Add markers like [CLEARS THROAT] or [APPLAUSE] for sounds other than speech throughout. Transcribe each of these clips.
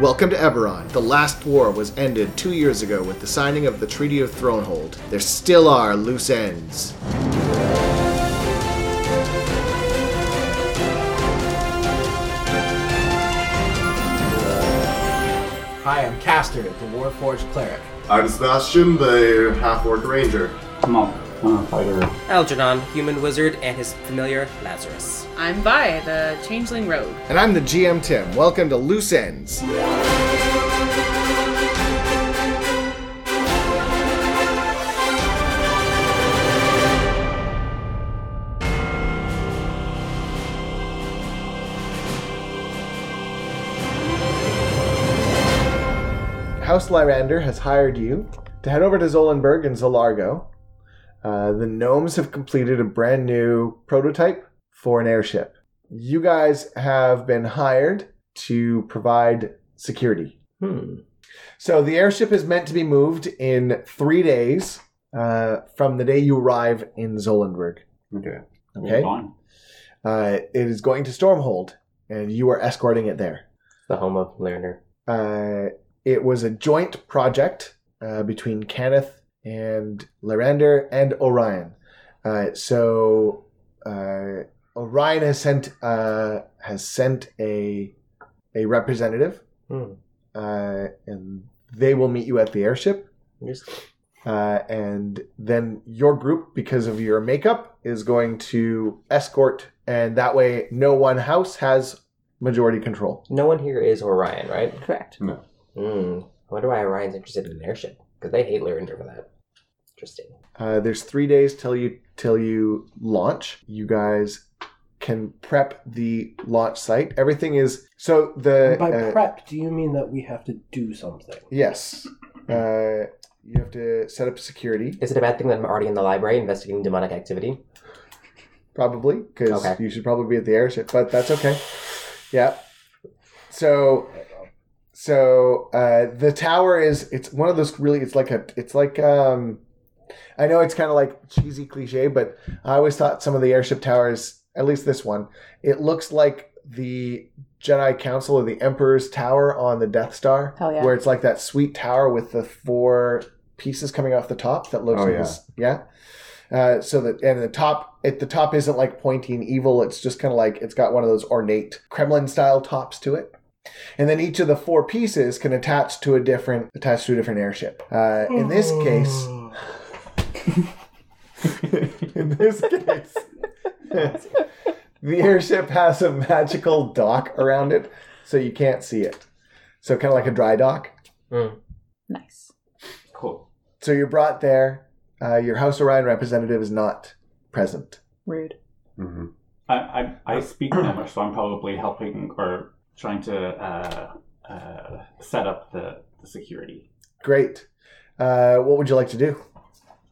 Welcome to Eberron. The last war was ended two years ago with the signing of the Treaty of Thronehold. There still are loose ends. Hi, I'm Caster, the Warforged Cleric. I'm Sebastian, the half orc ranger. Come on, come on, fighter. Algernon, human wizard, and his familiar Lazarus. I'm Vi, the Changeling Rogue. And I'm the GM Tim. Welcome to Loose Ends. House Lyrander has hired you to head over to Zolenberg and Zolargo. Uh, the gnomes have completed a brand new prototype for an airship. You guys have been hired to provide security. Hmm. So the airship is meant to be moved in three days uh, from the day you arrive in Zolenberg. Okay. Okay. Fine. Uh, it is going to Stormhold, and you are escorting it there. the home of Lerner. Uh, it was a joint project uh, between Kenneth and Larander and Orion. Uh, so uh, Orion has sent uh, has sent a a representative, Hmm. uh, and they will meet you at the airship. Just Uh, and then your group, because of your makeup, is going to escort, and that way, no one house has majority control. no one here is Orion, right? Correct. Hmm. I wonder why Orion's interested in an airship because they hate Lerner for that. Interesting. Uh, there's three days till you till you launch. You guys can prep the launch site. Everything is so the By uh, prep, do you mean that we have to do something? yes. Uh, you have to set up security Is it a bad thing that I'm already in the library investigating demonic activity? probably because Okay. you should probably be at the airship, but that's okay. Yeah. So so uh, the tower is it's one of those really it's like a it's like um I know it's kind of like cheesy cliche, but I always thought some of the airship towers, at least this one, it looks like the Jedi Council or the Emperor's Tower on the Death Star, Hell yeah. where it's like that sweet tower with the four pieces coming off the top that looks Oh, like yeah. this, yeah. Uh, so that and the top at the top isn't like pointy and evil. It's just kind of like it's got one of those ornate Kremlin style tops to it and then each of the four pieces can attach to a different attach to a different airship. Uh, in this case, in this case, [LAUGHS] the airship has a magical dock around it, so you can't see it. So kind of like a dry dock. Nice. Cool. So you're brought there. Uh, your House Orion representative is not present. Rude. Mm-hmm. I, I, I speak Nemish, so I'm probably helping or trying to uh, uh, set up the, the security. Great. Uh, what would you like to do?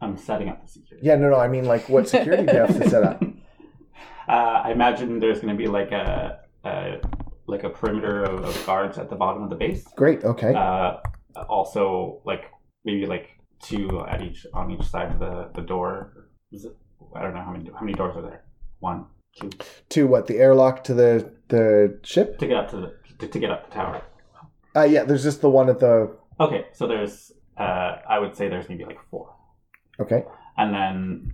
I'm setting up the security. Yeah, no, no. I mean, like, what security do you have to set [LAUGHS] up? Uh, I imagine there's going to be like a, a like a perimeter of, of guards at the bottom of the base. Great. Okay. Uh, also, like maybe like two at each on each side of the, the door. Is it, I don't know how many how many doors are there. One, two, To what? The airlock to the the ship? to get up to the to, to get up the tower. Uh, yeah, there's just the one at the. Okay, so there's uh, I would say there's maybe like four, Okay. and then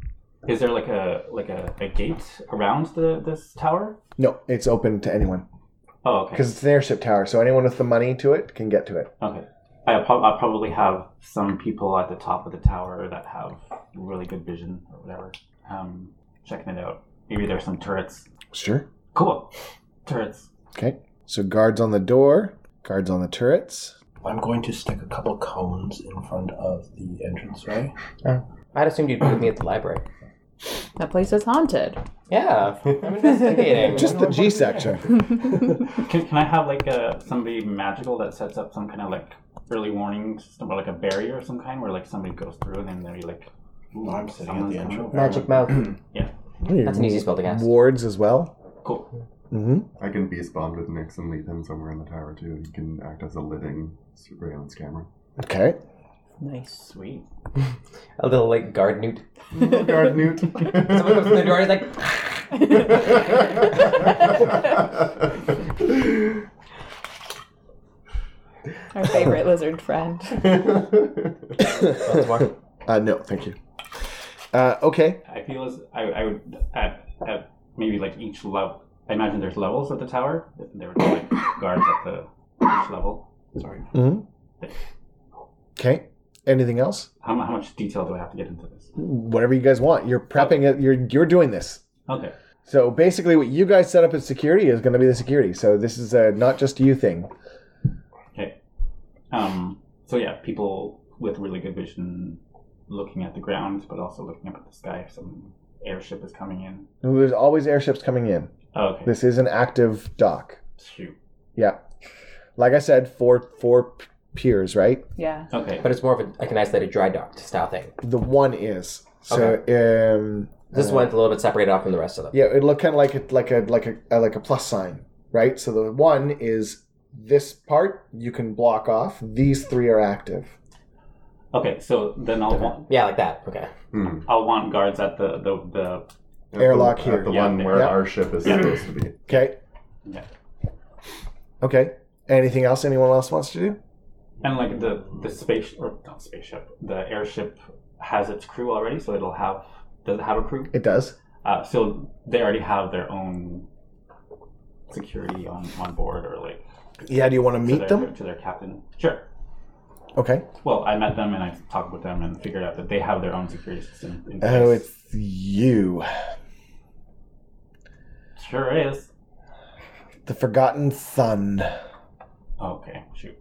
is there like a like a, a gate around the this tower? No, it's open to anyone Oh, okay. because it's an airship tower, so anyone with the money to it can get to it. Okay. I prob- I'll probably have some people at the top of the tower that have really good vision or whatever. Um, checking it out. Maybe there's some turrets. Sure. Cool. Turrets. Okay. So guards on the door, guards on the turrets. I'm going to stick a couple cones in front of the entranceway. I'd assumed you'd be with me at the library. That place is haunted. [LAUGHS] Yeah, [LAUGHS] I'm investigating. Just the G section. Can, can I have like a, somebody magical that sets up some kind of like early warning system or like a barrier of some kind where like somebody goes through and then they're like, ooh, I'm sitting at someone's the coming. entranceway. magic mouth. That's That's an easy spell to cast. Wards as well. Cool. Mm-hmm. I can beast bond with Nix and leave him somewhere in the tower too. He can act as a living surveillance camera. Okay. Nice. Sweet. A little like guard newt. [LAUGHS] Guard Newt. Someone comes in the door. He's like, Our favorite lizard friend. [LAUGHS] That's one. Uh, no, thank you. Uh, okay. I feel as I, I would at, at maybe like each level. I imagine there's levels at the tower. If There would be like [COUGHS] guards at the each level. Sorry. Okay. Anything else? How, mu- how much detail do I have to get into this? Whatever you guys want. You're prepping it. You're you're doing this. Okay. So basically, what you guys set up as security is going to be the security. So this is a not just you thing. Okay. Um, so yeah, people with really good vision looking at the ground, but also looking up at the sky if some airship is coming in. There's always airships coming in. Oh, okay. This is an active dock. Shoot. Yeah. Like I said, four four p- piers, right? Yeah. Okay. But it's more of a, like an isolated dry dock style thing. The one is. So um This one's a little bit separated off from the rest of them. yeah, it looked kind of like a like a like a uh, like a plus sign, right? So the one is this part you can block off. These three are active. Okay. So then I'll want Yeah, like that. Okay. [LAUGHS] Hmm. I'll want guards at the the, the At the- Airlock here. At the Yeah, one where yeah. our ship is supposed to be. Okay. Yeah. Okay. Anything else anyone else wants to do? And like the the space or not spaceship, the airship has its crew already, so it'll have does it have a crew? It does. Uh, so they already have their own security on on board or like Yeah. Do you want to to meet their, them? to their captain. Sure. Okay. Well, I met them and I talked with them and figured out that they have their own security system. In place. Oh, it's you, sure is. the forgotten son. [SIGHS] Okay, [LAUGHS] shoot.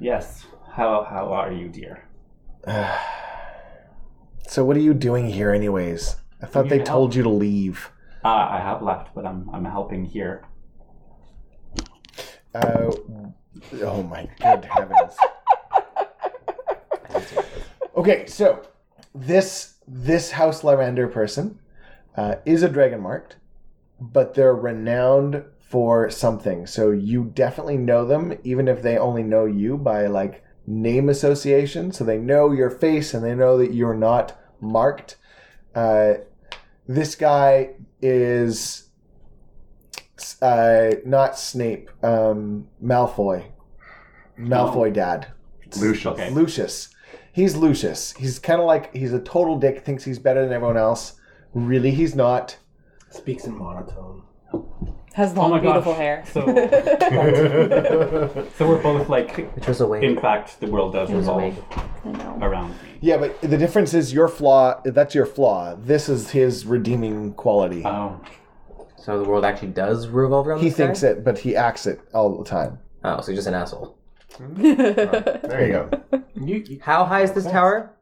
yes. How how are you, dear? So what are you doing here, anyways? I thought need they help. told you to leave. Uh, I have left, but I'm I'm helping here. Uh, oh my good heavens. okay, so this this House Lavender person uh, is a dragon marked, but they're renowned for something. So you definitely know them, even if they only know you by like name association. So they know your face and they know that you're not marked. Uh, this guy is uh, not Snape, um, Malfoy, Malfoy dad, Lucius. Okay. Lucius. He's Lucius. He's kind of like he's a total dick. Thinks he's better than everyone else. Really, he's not. Speaks in monotone. Has Oh long, my beautiful gosh. hair. [LAUGHS] So so we're both like Which was a way. in fact the world does was a revolve I know. [LAUGHS] around me. Yeah, but the difference is your flaw. That's your flaw. This is his redeeming quality. [LAUGHS] Uh, Oh, So the world actually does revolve around he this guy? thinks it, but he acts it all the time. Oh, so he's just an asshole. There you go. How high is this tower?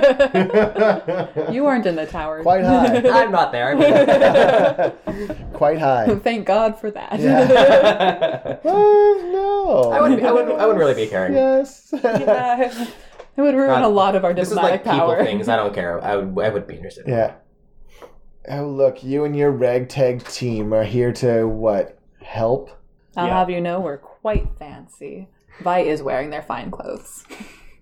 [LAUGHS] you weren't in the tower. Quite high. I'm not there. I'm- Quite high. [LAUGHS] Thank God for that. Yeah. I, oh, no. wouldn't, I, wouldn't, I wouldn't really be caring. Yes. [LAUGHS] Yeah. It would ruin a lot of our This is diplomatic like power. people things. I don't care. I would. I would be interested. [LAUGHS] Yeah. Oh, look, you and your ragtag team are here to what? Help? I'll Yeah. have you know we're quite fancy. Vi is wearing their fine clothes.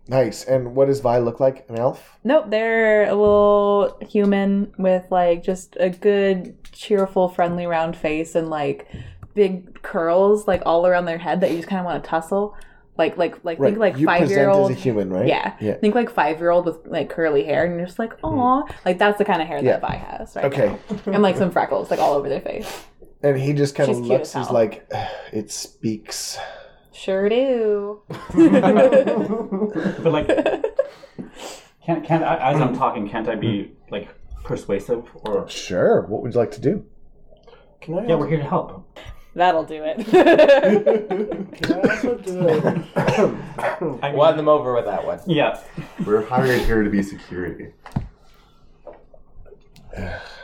Nice. And what does Vi look like? An elf? Nope, they're a little human with like just a good, cheerful, friendly round face and like big curls like all around their head that you just kind of want to tussle. Like like like think like you five present year old. as a human, right? Yeah. Yeah. Mm-hmm. think like five year old with like curly hair, and you're just like, aw, like that's the kind of hair Yeah. that Vi has, right? Okay. and like some freckles like all over their face. And he just kind of She's cute looks. as He's hell. like, "Ugh, it speaks. Sure do. [LAUGHS] but like, can can I, as I'm talking, can't I be like persuasive or? Sure. What would you like to [LAUGHS] do? Can I, Yeah, we're here to help. That'll do it. [LAUGHS] can I also do a, I mean, Won them over with that one. Yeah. We're hired here to be security. [LAUGHS]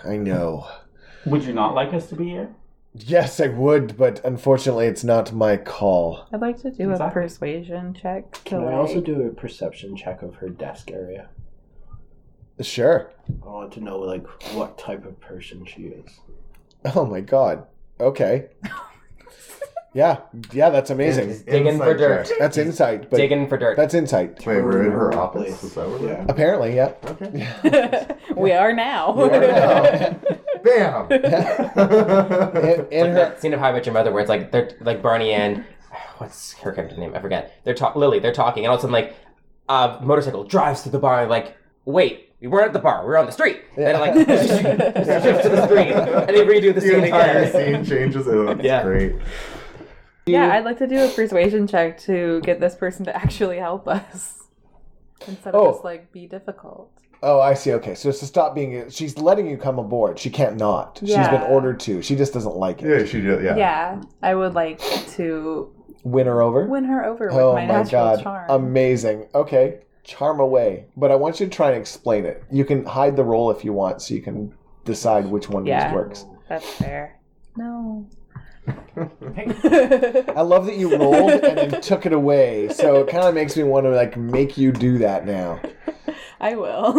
I know. Would you not like us to be here? Yes, I would, but unfortunately, it's not my call. I'd like to do Exactly. a persuasion check. To can I like, also do a perception check of her desk area? Sure. I want to know like what type of person she is. Oh my god. Okay. yeah. Yeah, that's amazing. Just digging for Inside dirt. check. That's insight, but Digging for dirt. that's insight. Wait, we're in her Her office? place. Is that where Yeah. [LAUGHS] Apparently, yeah. we're at? Okay. we are now. We are now. [LAUGHS] Bam! in, in like her that scene of How I Met Your Mother where it's like they're like Barney and what's her character's name? I forget. They're talk Lily. They're talking, and all of a sudden, like a motorcycle drives through the bar. And like, wait, we weren't at the bar. We were on the street. And like [LAUGHS] shifts to the screen, and they redo the the scene entire again. scene changes. Oh, that's Yeah. great. [LAUGHS] Yeah, I'd like to do a persuasion check to get this person to actually help us instead of Oh. just like be difficult. Oh, I see. Okay, so it's to stop being. She's letting you come aboard. She can't not. She's Yeah. been ordered to. She just doesn't like it. Yeah, she did. Yeah. Yeah. [LAUGHS] I would like to Win her over. win her over with oh my my, natural god! charm. Amazing. Okay, charm away. But I want you to try and explain it. You can hide the role if you want, so you can decide which one Yeah. just works. Uh, That's fair. [LAUGHS] No. I love that you rolled and [LAUGHS] then took it away. So it kind of makes me want to like make you do that now. [LAUGHS] I will.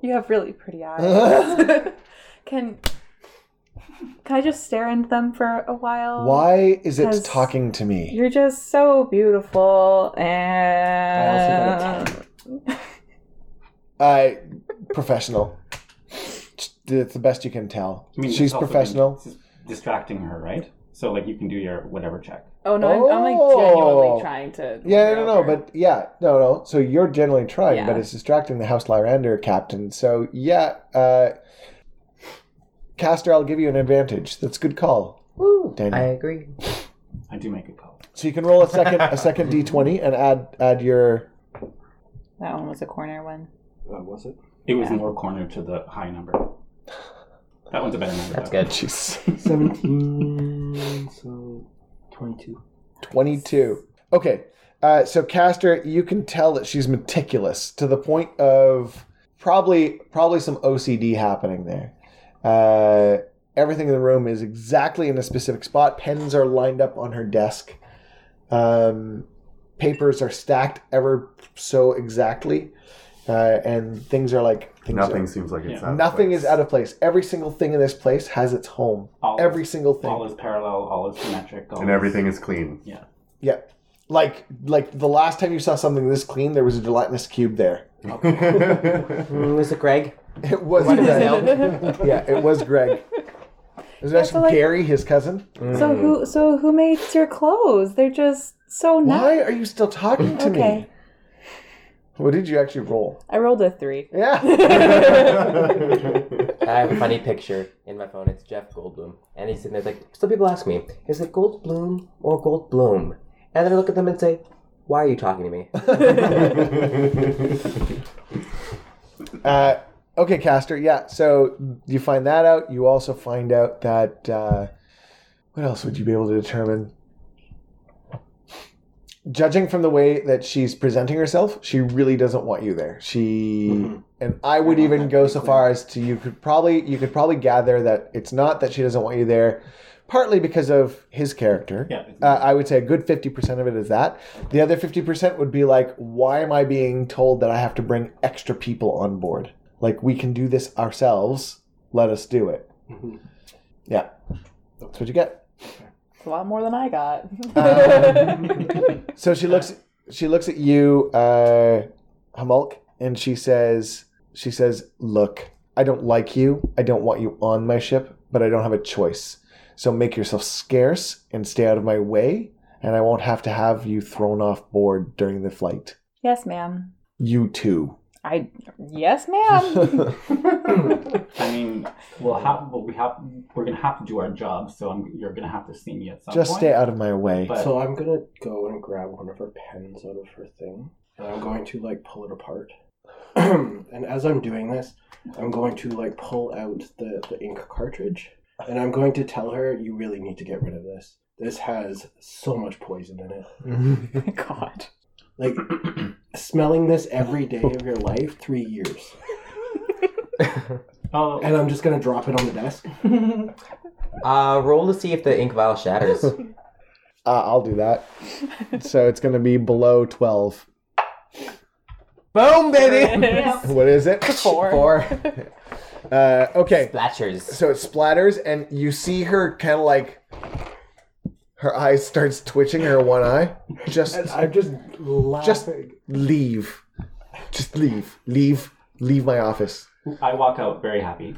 you have [LAUGHS] really pretty eyes. can Can I just stare into them for a while? Why is it Because talking to me? Oh, You're just so beautiful I also and I professional. It's the best you can tell. I mean, She's it's also been professional. dis- distracting her, right? So like you can do your whatever check. Oh no, I'm, I'm like Oh. genuinely trying to. Yeah, no, no, but yeah, no, no. So you're generally trying, but Yeah. it's distracting the House Lyrander captain. So yeah, uh, Castor, I'll give you an advantage. That's a good call, Daniel. agree. I do make a call. So you can roll a second, a second d20 and add add your. that one was a corner one. was it? It was more cornered to the high number. That one's a better number. That's though. good. Jeez. 17, Mm, so 22. 22. Okay. Uh, so Castor, you can tell that she's meticulous to the point of probably probably some OCD happening there. Uh, everything in the room is exactly in a specific spot. Pens are lined up on her desk. Um, papers are stacked ever so exactly, uh, and things are like things Nothing are- seems like it's Yeah. out of nothing place. is out of place. Every single thing in this place has its home. All Every is, single thing. all is parallel. All is symmetric. All and is- everything is clean. [LAUGHS] Yeah. Yeah. Like like the last time you saw something this clean, there was a gelatinous cube there. Mm, was it Greg? It was What is Greg. it? yeah, it was [LAUGHS] Greg. It was Yeah, actually so, like- Gary, his cousin. [LAUGHS] So who? So who makes your clothes? They're just so nice. Why are you still talking to me? Okay, What did you actually [LAUGHS] roll? I rolled a three. Yeah. I have a funny picture in my phone. It's Jeff Goldblum, and he's sitting there like. So people ask me, is it Goldblum or Goldblum? And then I look at them and say, why are you talking to me? uh, okay, Caster. Yeah. So you find that out. You also find out that uh, what else would you be able to determine? Judging from the way that she's presenting herself, she really doesn't want you there. She and I would even go so far as to you could probably you could probably gather that it's not that she doesn't want you there, partly because of his character. Yeah. it's- Uh, I would say a good 50% of it is that. The other 50% would be like, why am I being told that I have to bring extra people on board? Like, we can do this ourselves. Let us do it. Mm-hmm. Yeah. That's what you get. It's a lot more than I got. Um. So she looks she looks at you, uh Hamulk, and she says she says, Look, I don't like you. I don't want you on my ship, but I don't have a choice. So make yourself scarce and stay out of my way, and I won't have to have you thrown off board during the flight. [LAUGHS] yes, ma'am. You too. I yes, ma'am. I mean, we'll have. Well, we have. We're gonna have to do our job. So I'm, you're gonna have to see me at some Just point. stay out of my way. But So I'm gonna go and grab one of her pens out of her thing, and I'm going to like pull it apart. [CLEARS THROAT] and as I'm doing this, I'm going to like pull out the, the ink cartridge, and I'm going to tell her, "You really need to get rid of this. This has so much poison in [LAUGHS] it. God. Like smelling this every day of your life, three years." oh, And I'm just gonna drop it on the desk. Uh, roll to see if the ink vial shatters. Uh, I'll do that. so it's going to be below 12. Boom, [LAUGHS] [LAUGHS] baby! what is it? Four. [LAUGHS] Uh, okay. Blatchers. so it splatters and you see her kind of like her eyes starts twitching her one eye just I'm just laughing. just leave just leave leave Leave my office. I walk out very happy.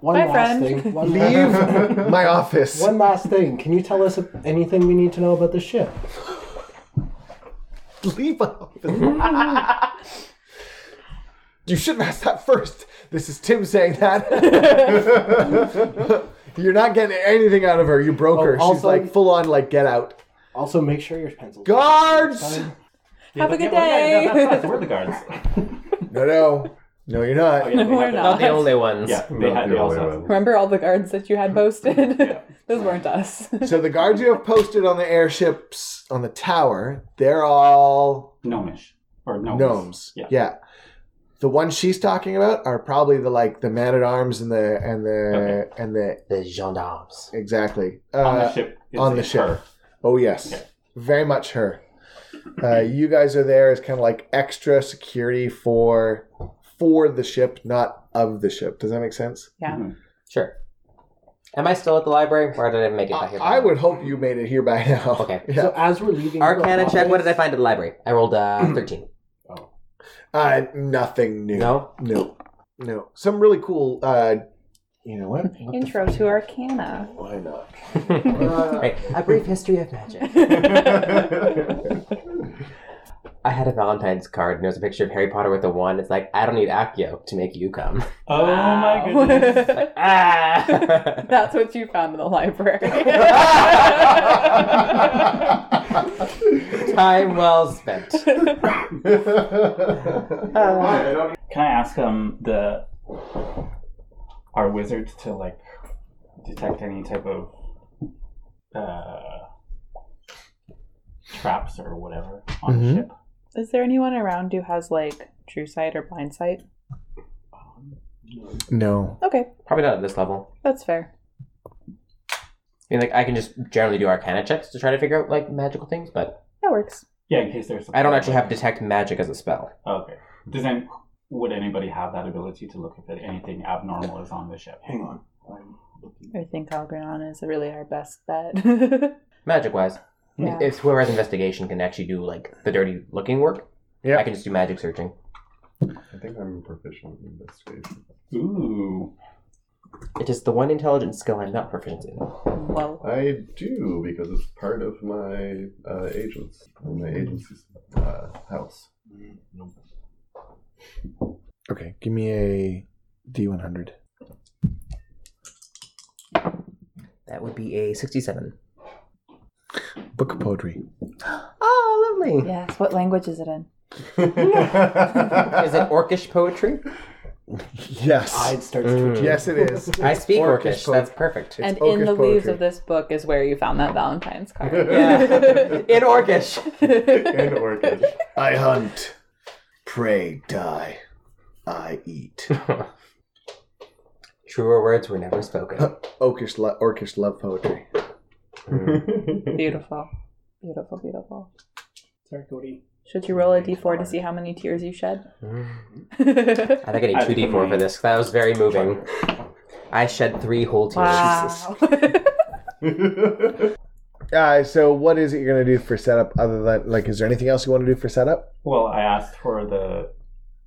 One Bye, last friend. thing. One [LAUGHS] Leave last, my office. one last thing. Can you tell us anything we need to know about the ship? Leave [LAUGHS] my office. [LAUGHS] you shouldn't ask that first. This is Tim saying that. [LAUGHS] You're not getting anything out of her. You broke Oh, her. She's also- like full on, like get out. Also, make sure your pencil. Guards! Yeah, Have a but- yeah, good well, yeah, day. that- that's us. We're the [LAUGHS] guards. [LAUGHS] No, no, no, you're not. yeah, they We're had that. not. Not the only ones. Yeah, they, Not had, the they only also one. [LAUGHS] Remember all the guards that you [LAUGHS] had posted? Yeah. Those weren't us. So the guards you have posted on the airships on the tower, they're all gnomish or gnomes. gnomes. Yeah. The ones she's talking about are probably the like the man at arms and the and the and the The gendarmes. exactly. Uh, on the ship. is on the a ship. car. Oh yes, Yeah. very much her. Uh, you guys are there as kind of like extra security for for the ship, not of the ship. Does that make sense? Sure. Am I still at the library? Or did I make it back I, here? I would hope you made it here by [LAUGHS] now. Okay. Yeah. So as we're leaving, Arcana your check. What office- did I find at the library? I rolled Hmm. uh, 13. Uh, nothing new. No? No, no. Some really cool. Uh, you know what? What the Intro [LAUGHS] to Arcana. [LAUGHS] Why not? right. A brief history of magic. I had a Valentine's card and there was a picture of Harry Potter with a one. It's like, I don't need Accio to make [LAUGHS] you come. [LAUGHS] Oh my Wow. goodness. ah! [LAUGHS] That's what you found in the library. Time well [LAUGHS] spent. Can I ask um the our wizards to like detect any type of uh traps or whatever on the Mhm. ship? [LAUGHS] Is there anyone around who has like true sight or blind sight? No. Okay, Probably not at this level. that's fair. I mean, like, I can just generally do arcana checks to try to figure out, like, magical things, but That works. Yeah, in case there's. Oh, I don't actually have detect magic as a spell. Okay. Does any, would anybody have that ability to look if anything abnormal is on the ship? Hang on. I'm looking. I think Algernon is really our best bet. [LAUGHS] Magic wise. Yeah. If whoever has investigation can actually do, like, the dirty looking work, Yeah. I can just do magic searching. [LAUGHS] I think I'm proficient in investigation. Ooh. It is the one intelligence skill I'm not proficient in. Whoa. I do because it's part of my uh, agents, my agency's uh, house. [LAUGHS] Okay, give me a D100. That would be a 67. Book of poetry. Oh, lovely. Yes, what language is it in? Is it orcish poetry? Yes. I'd start Mm. twitching. Yes, it is. I speak Orcish orcish. poetry. That's perfect. It's and Orcish in the leaves poetry. of this book is where you found that [LAUGHS] Valentine's card. In orcish. And orcish. I hunt, pray, die. I eat. Truer words were never spoken. [COUGHS] Orcish, lo- orcish love poetry. [LAUGHS] beautiful. Beautiful, beautiful. Sorry, Cody. Should you roll a d4 to see how many tears you shed? Mm. [LAUGHS] I think I need I 2d4 for agree. this. That was very moving. I shed three whole tears. wow. [LAUGHS] Uh, so, what is it you're going to do for setup other than, like, is there anything else you want to do for setup? Well, I asked for the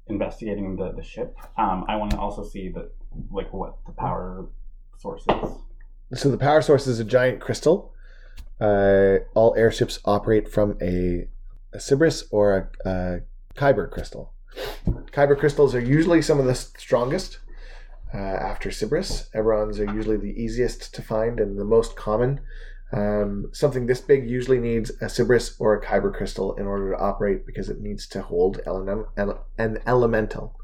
investigating the, the ship. Um, I want to also see the like what the power source is. So, the power source is a giant crystal. Uh, all airships operate from a, a Sybaris or a, a Kyber crystal. Kyber crystals are usually some of the s- strongest uh, after Sybaris. Everons are usually the easiest to find and the most common. Um, something this big usually needs a Sybaris or a Kyber crystal in order to operate because it needs to hold ele- ele- an elemental.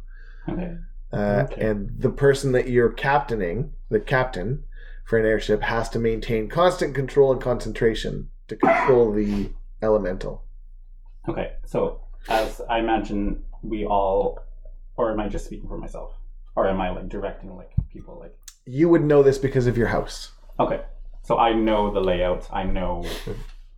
Okay. Uh, Okay. And the person that you're captaining, the captain for an airship, has to maintain constant control and concentration to control the elemental. Okay. So as I imagine, we all, or am I just speaking for myself, or am I like directing like people like? You would know this because of your house. Okay. So I know the layout. I know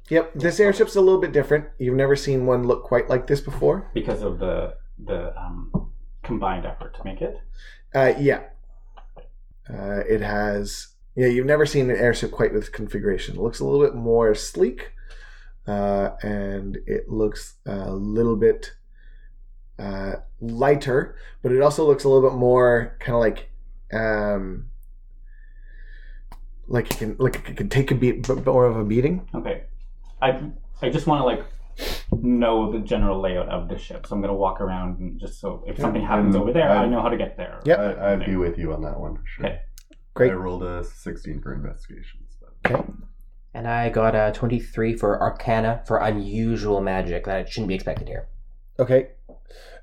Yep, this airship's a little bit different. You've never seen one look quite like this before. because of the the um, combined effort to make it. Uh, yeah, uh, it has. Yeah, you've never seen an airship quite with configuration. It looks a little bit more sleek, uh, and it looks a little bit uh, lighter, but it also looks a little bit more kind of like um, like it can like it can take a beat, but more of a beating. Okay. I I just want to like know the general layout of the ship, so I'm gonna walk around and just so if something happens over there, I know how to get there. Yep. I, I'd be with you on that one for sure. Okay. Great. I rolled a 16 for investigations. But And I got a 23 for Arcana for unusual magic that shouldn't be expected here. Okay,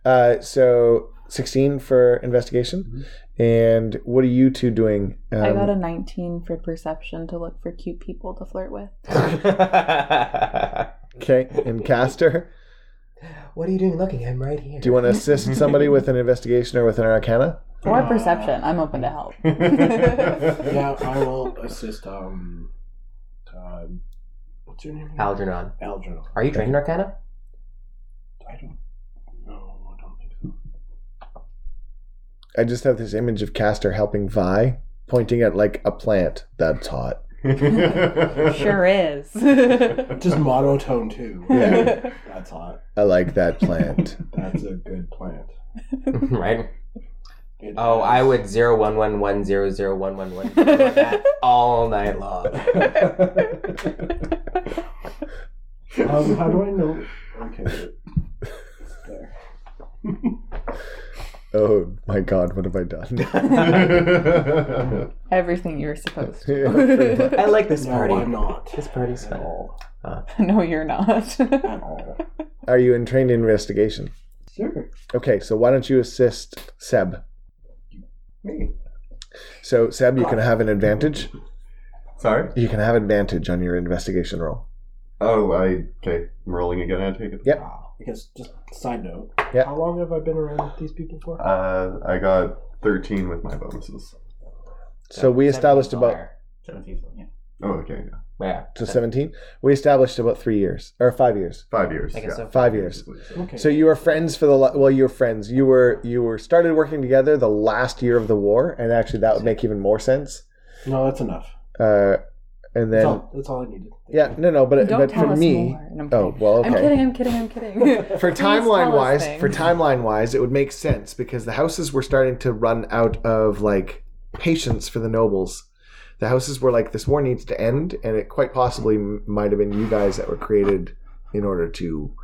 uh, so sixteen for investigation, and what are you two doing? Um, I got a 19 for perception to look for cute people to flirt with. [LAUGHS] okay, and Caster, what are you doing looking? I'm right here. do you want to assist somebody with an investigation or with an Arcana? Or perception. I'm open [LAUGHS] to help. [LAUGHS] Yeah, I will assist. Um, uh, what's your name? Algernon. Algernon. Are you trained in [LAUGHS] Arcana? [LAUGHS] I don't. No, I don't think so. I just have this image of Caster helping Vi, pointing at like a plant that's hot. sure [LAUGHS] is. Just monotone too. Yeah. That's hot. I like that plant. That's a good plant. right? It Oh, I has- would [LAUGHS] 011100111 all night long. Um, how do I know? Okay. wait. There. Oh my god, what have I done? [LAUGHS] Everything you're [LAUGHS] supposed to. Yeah, I like this No, party. I'm not. This party's At fun. all. [LAUGHS] no, you're not. At all. Are you in trained investigation? Sure. Okay, so why don't you assist Seb? Me. So Seb, you can have an advantage. Sorry? You can have advantage on your investigation roll. Oh, I. Okay. I'm rolling again, I take it. Yep. Because just side note. Yeah. How long have I been around these people for? Uh, I got 13 with my bonuses. So we established about Seventeen. Yeah. [LAUGHS] Oh, okay. yeah. Yeah. so seventeen. We established about three years or five years. Five years. I guess so. Five years. Okay. So you were friends for the la- well, you were friends. You were you were started working together the last year of the war, and actually that would make even more sense. no, that's enough. Uh, and That's then all, that's all I needed. yeah, no, no, but Don't but tell for us me, more. And I'm oh kidding. well, okay. I'm kidding, I'm kidding, I'm kidding. for tell us timeline wise, for things. timeline wise, it would make sense because the houses were starting to run out of like patience for the nobles. The houses were like this war needs to end, and it quite possibly m- might have been you guys that were created in order to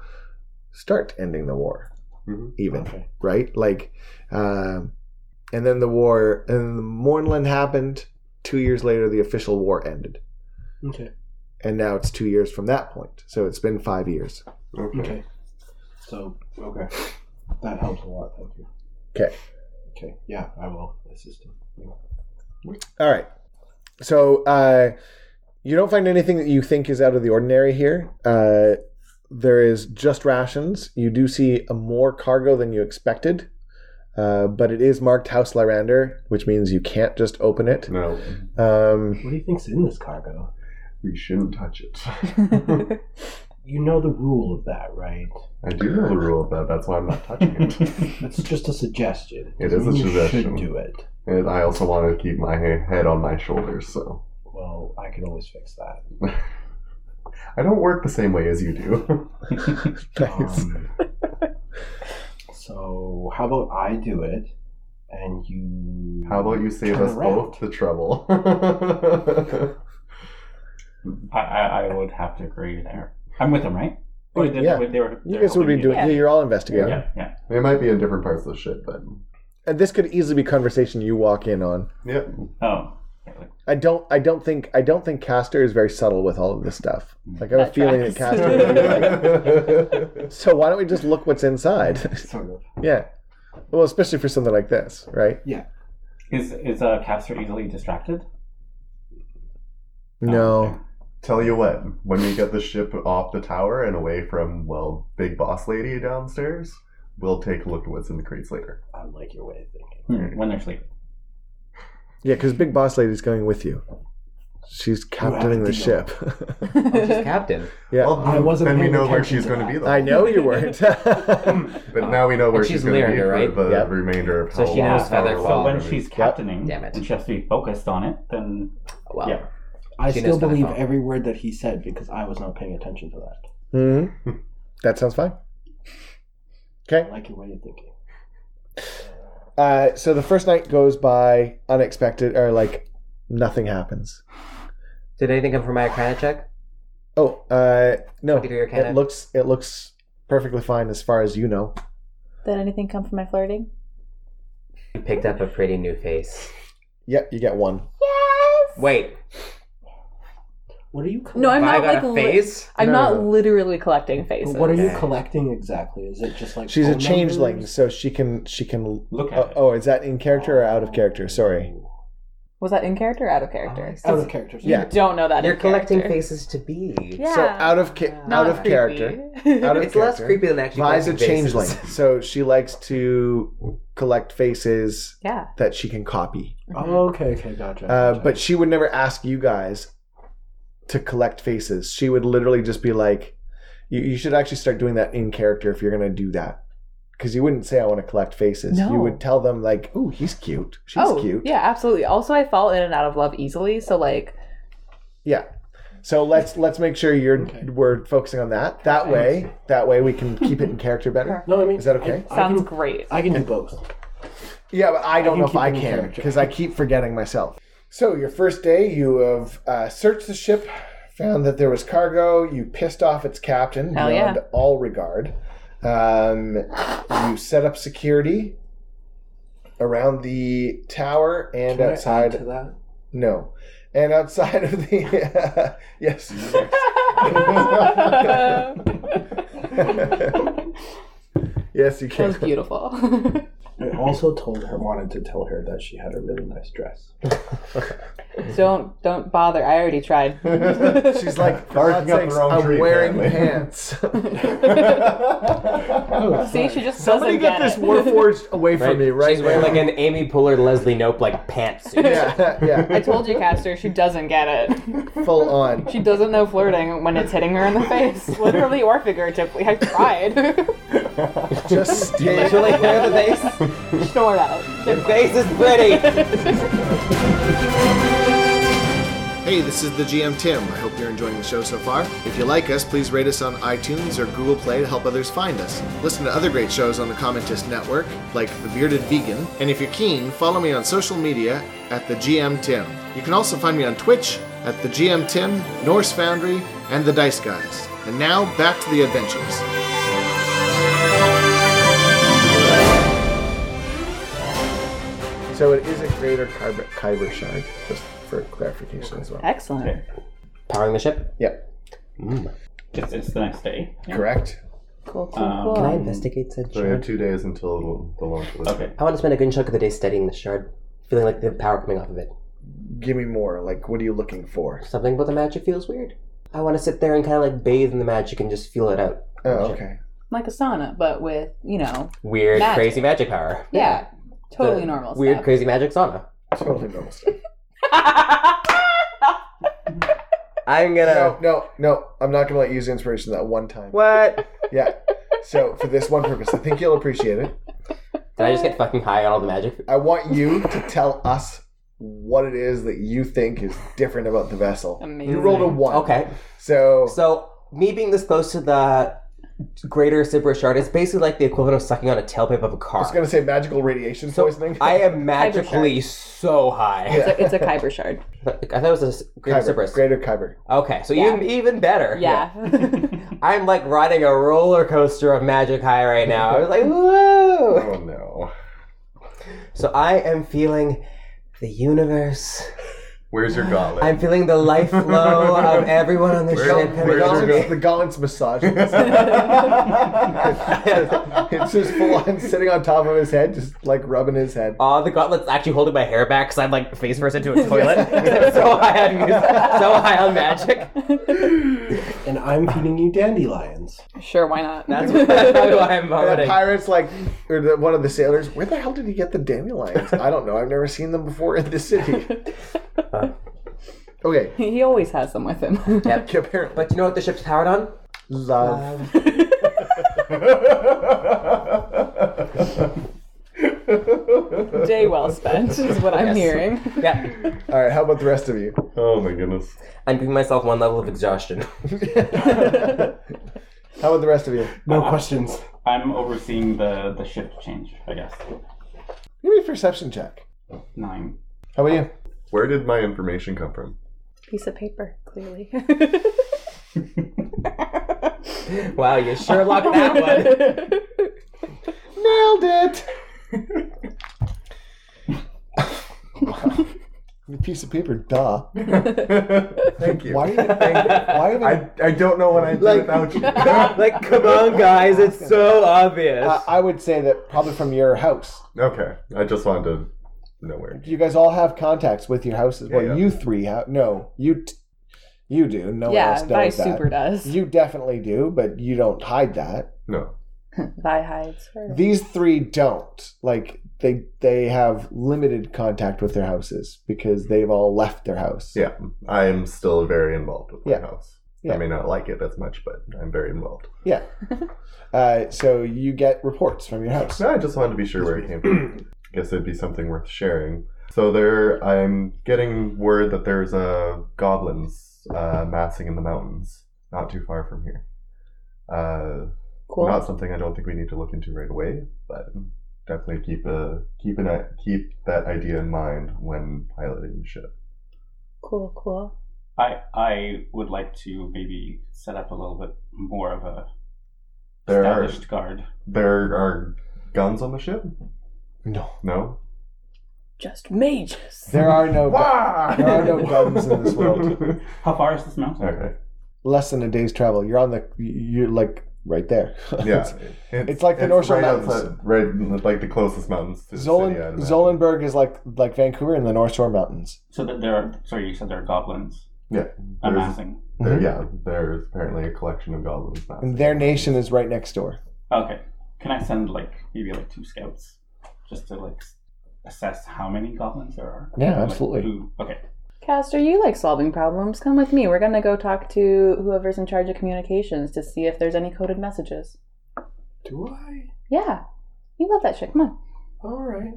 start ending the war, Mhm. even Okay. right? Like, um and then the war and the Mornland happened. Two years later, the official war ended, Okay. and now it's two years from that point. So it's been five years. Okay. Okay. So okay, that helps a lot. Thank you. 'Kay. Okay. Yeah, I will assist him. All right. So uh, you don't find anything that you think is out of the ordinary here. Uh, there is just rations. You do see a more cargo than you expected, uh, but it is marked House Lyrander, which means you can't just open it. No, Um, [LAUGHS] What do you think's in this cargo? we shouldn't touch it. You know the rule of that, right? I do know the rule of that. That's why I'm not touching [LAUGHS] it. That's just a suggestion. It is a You suggestion. should do it. and I also want to keep my he- head on my shoulders, so. Well, I can always fix that. [LAUGHS] I don't work the same way as you do. [LAUGHS] nice. Um, so how about I do it, and you? How about you save Turn us around. both the trouble? [LAUGHS] I, I I would have to agree there. I'm with them, right? Or they, Yeah. they, they were, You they're guys would be helping you. doing. Yeah. You're all investigating. Yeah. Yeah. it might be in different parts of the ship, but. And this could easily be conversation you walk in on. Yep. [LAUGHS] Oh. I don't. I don't think. I don't think Caster is very subtle with all of this stuff. Like I have a That feeling that tracks. Caster. [LAUGHS] would be like, so why don't we just look what's inside? [LAUGHS] Sort of. Yeah. Well, especially for something like this, right? Is is a uh, caster easily distracted? No. Tell you what, when we get the ship off the tower and away from, well, Big Boss Lady downstairs, we'll take a look at what's in the crates later. I like your way of thinking. Hmm, when they're sleeping. Yeah, because Big Boss Lady's going with you. She's captaining the deal. ship. [LAUGHS] Oh, she's captain. yeah. Well, I wasn't then we paying know where attention she's to going to that. be, though. I know you weren't. [LAUGHS] Hmm? But now we know where And she's, she's going to be Lyrander, for right? the Yep. remainder of So how she long- knows Feather however Fall. So long when it is. she's captaining Damn it. and she has to be focused on it, then Well, Yeah. I She still knows that believe phone. every word that he said because I was not paying attention to that. hmm That sounds fine. I Okay. like your way of thinking. Uh, so the first night goes by unexpected, or like nothing happens. Did anything come from my Akana check? Oh, uh, no. Twenty-three Arcana. It looks it looks perfectly fine as far as you know. [LAUGHS] Did anything come from my flirting? You picked up a pretty new face. Yep, you get one. Wait, What are you? Collect- No, I'm I not got like a li- face? I'm No, not no, no. literally collecting faces. What are you Okay. collecting exactly? Is it just like She's a Oh, phone changeling, numbers? so she can she can. Look at Oh, it. oh, is that in character or out of character? Sorry. Was that in character or out of character? Oh, Out of character. so Yeah. you- Don't know that. You're in collecting character. faces to be. Yeah. So out of ca- Not out of creepy. character. [LAUGHS] Out of It's less character. creepy than actually. Vi's a collecting faces. changeling, so she likes to collect faces yeah. that she can copy. Oh, okay. Okay. Gotcha. Uh, gotcha. but she would never ask you guys to collect faces. She would literally just be like, you, you should actually start doing that in character if you're going to do that. Because you wouldn't say, I want to collect faces. No. You would tell them, like, oh, he's cute. She's oh, cute. yeah, absolutely. Also, I fall in and out of love easily, so like, Yeah. So let's let's make sure you're Okay. we're focusing on that. That way, that way we can keep it in character better. no, I mean, Is that I- okay? I, sounds can, great. [LAUGHS] [LAUGHS] I can do both. Yeah, but I don't can know if keep I it in can character. because I keep forgetting myself. So your first day, you have uh, searched the ship, found that there was cargo. You pissed off its captain Hell yeah. beyond all regard. Um, you set up security around the tower and Can I add outside. to that. No, and outside of the [LAUGHS] yes. yes, you That can. was beautiful. [LAUGHS] [LAUGHS] I also told her, wanted to tell her that she had a really nice dress. don't don't bother. I already tried. [LAUGHS] She's like, for Barking God's up the sakes, wrong I'm tree, wearing apparently." pants. [LAUGHS] [LAUGHS] See, she just Somebody doesn't get get, this it. [LAUGHS] Warforged away from Right? me right She's wearing now. like an Amy Puller Leslie Nope like [LAUGHS] pantsuit. yeah, yeah, I told you, Caster, she doesn't get it. [LAUGHS] full on. She doesn't know flirting when it's hitting her in the [LAUGHS] face, literally or figuratively. I tried. [LAUGHS] [LAUGHS] Just stay. Literally, wear the face. Snore that. The face is pretty. Hey, this is the GM Tim. I hope you're enjoying the show so far. If you like us, please rate us on iTunes or Google Play to help others find us. Listen to other great shows on the Commentist Network, like The Bearded Vegan. And if you're keen, follow me on social media at the GM Tim. You can also find me on Twitch at the GM Tim, Norse Foundry, and the Dice Guys. And now back to the adventures. So it is a greater kyber, kyber shard, just for clarification as well. [LAUGHS] Excellent. Powering the ship. Yep. It's, it's the next day. Yeah. Correct. Cool, cool, Um, cool. Can I investigate said So we have shard. two days until the launch of this. Okay. I want to spend a good chunk of the day studying the shard, feeling like the power coming off of it. Give me more. Like, what are you looking for? Something about the magic feels weird. I want to sit there and kind of like bathe in the magic and just feel it out. Oh, okay. like a sauna, but with you know, Weird, Magic. crazy magic power. yeah, totally The normal. Weird, stuff. [LAUGHS] crazy magic sauna. Totally normal stuff. I'm gonna. No, no, no. I'm not going to let you use inspiration that one time. What? Yeah. So, for this one purpose, I think you'll appreciate it. Did I just get fucking high on all the magic? I want you to tell us what it is that you think is different about the vessel. You Amazing. rolled a one. Okay. So, So me being this close to the greater Cerberus shard is basically like the equivalent of sucking on a tailpipe of a I car. was going to say magical radiation so poisoning. I am magically so high. It's a, it's a [LAUGHS] kyber shard. I thought it was a s- greater Kyber, Cerberus. greater Kyber. Okay, so Yeah. even even better. Yeah. I'm like riding a roller coaster of magic high right now. I was [LAUGHS] like, whoa! Oh no. So I am feeling the universe. Where's your gauntlet? [LAUGHS] I'm feeling the life flow of [LAUGHS] everyone on this Where- ship The coming where's your over gauntlet's, me. the gauntlet's massaging. it's just full on sitting on top of his head, just like rubbing his head. Oh, the gauntlet's actually holding my hair back because I'm like face first [LAUGHS] into a toilet. 'Cause I'm so high on music, so high on [LAUGHS] magic. And I'm feeding [LAUGHS] you dandelions. [LAUGHS] sure, why not? That's, that's probably [LAUGHS] why I'm And the vomiting. pirates, like, or the, one of the sailors, where the hell did he get the dandelions? I don't know. I've never seen them before in this city. Okay, he always has them with him. [LAUGHS] Yep. apparently. But you know what the ship's powered on? Love. Day well spent is what Yes. I'm hearing. Yeah. All right, how about the rest of you? oh my goodness. I'm giving myself one level of exhaustion. How about the rest of you? No questions. I'm overseeing the the shift change, I guess. Give me a perception check. Nine. How about you? Where did my information come from? [LAUGHS] Piece of paper, [LAUGHS] clearly. Wow, you sure locked [LAUGHS] that one. [LAUGHS] Nailed [LAUGHS] it. A piece of paper, duh. [LAUGHS] Thank you. Why? Did, why did I? I, I don't know what I did Like- without you. like, come on, guys, it's so obvious. I I would say that probably from your house. [LAUGHS] [LAUGHS] okay, I just wanted to know where. You guys all have contacts with your houses. Well, Yeah, yeah. you three have. No, you, t- you do. No one yeah, else Vi knows that. super does. You definitely do, but you don't hide that. No. Vi hides her. These three don't. Like they they have limited contact with their houses because they've all left their house. Yeah. I'm still very involved with my Yeah. house. Yeah. I may not like it as much, but I'm very involved. Yeah. uh, so you get reports from your house. No, I just wanted to be sure where it [CLEARS THROAT] came from. Guess it'd be something worth sharing. So there, I'm getting word that there's uh, goblins uh, massing in the mountains, not too far from here. Uh, Cool. Not something I don't think we need to look into right away, but definitely keep a keep an eye- keep that idea in mind when piloting the ship. Cool, cool. I I would like to maybe set up a little bit more of a There are- established guard. There are guns on the ship. No. No. Just mages. There are no gu- there are no Wow! guns in this world. [LAUGHS] How far is this mountain? okay. Less than a day's travel. You're on the you're like right there. [LAUGHS] Yeah. it's like the North Shore right Mountains. outside- right, like the closest mountains to the city. I'd Zolan, imagine. Zolenberg is like like Vancouver in the North Shore Mountains. So that there are. Sorry, you said there are goblins Yeah. There's, amassing. there, yeah. There's apparently a collection of goblins. now. Mm-hmm. And their nation is right next door. Okay. Can I send like maybe like two scouts just to like s- assess how many goblins there are? Yeah, Like, absolutely. who- okay. Caster, you like solving problems. Come with me. We're gonna go talk to whoever's in charge of communications to see if there's any coded messages. Do I? Yeah. You love that shit. Come on. All right.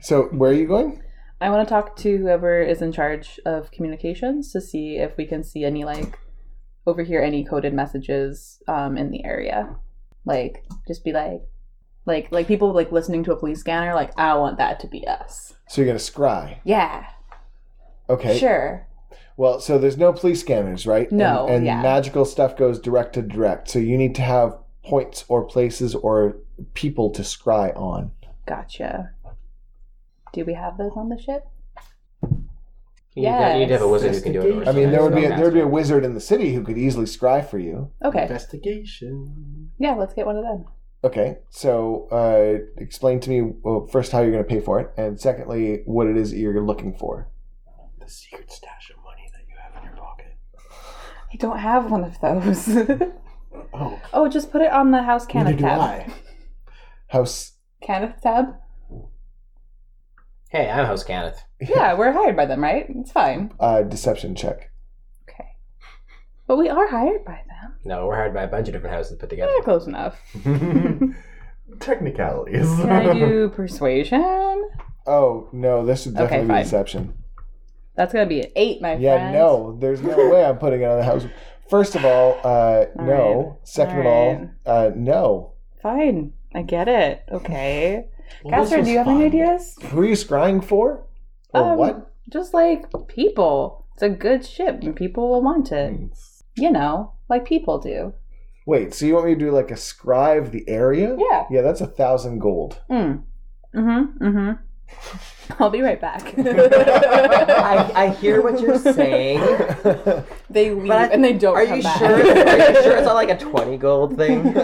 So where are you going? I want to talk to whoever is in charge of communications to see if we can see any like overhear any coded messages um, in the area. Like just be like, like like people like listening to a police scanner. Like I want that to be us. So you're gonna scry. Yeah, Okay. sure. Well, so there's no police scanners, right? No, And, and yeah. magical stuff goes direct to direct. So you need to have points or places or people to scry on. Gotcha. Do we have those on the ship? You, need to, you need to have a wizard who Yes. can do it. or I mean, there would be a, there would be a something. wizard in the city who could easily scry for you. Okay. Investigation. Yeah, let's get one of them. Okay, so uh, explain to me well, first how you're going to pay for it, and secondly what it is that you're looking for. The secret stash of money that you have in your pocket. I don't have one of those. [LAUGHS] Oh, oh, just put it on the house Kenneth neither do tab. I. House, Kenneth [LAUGHS] tab. Hey, I'm host Kenneth. Yeah, we're hired by them, right? It's fine. [LAUGHS] uh, deception check. Okay. But we are hired by them. No, we're hired by a bunch of different houses put together. Yeah, close enough. [LAUGHS] Technicalities. Can I [LAUGHS] do persuasion? Oh no, this would definitely be fine. deception. That's gonna be an eight, my Yeah, friend. no, there's no way I'm putting it on the house. First of all, [LAUGHS] uh, no. Second Alright. of all, uh, no. Fine. I get it. Okay. Well, this Caster, was do you have Um, fun. any ideas? Who are you scrying for? Or what? Just like people. It's a good ship and people will want it. You know, like people do. Wait, so you want me to do like a scribe the area? Yeah. Yeah, that's a thousand gold. [LAUGHS] Mm. Mm-hmm. Mm-hmm. [LAUGHS] I'll be right back. I, I hear what [LAUGHS] you're saying. [LAUGHS] they leave I- and they don't Are come you back. sure? Are [LAUGHS] you sure [LAUGHS] it's not like a twenty gold thing?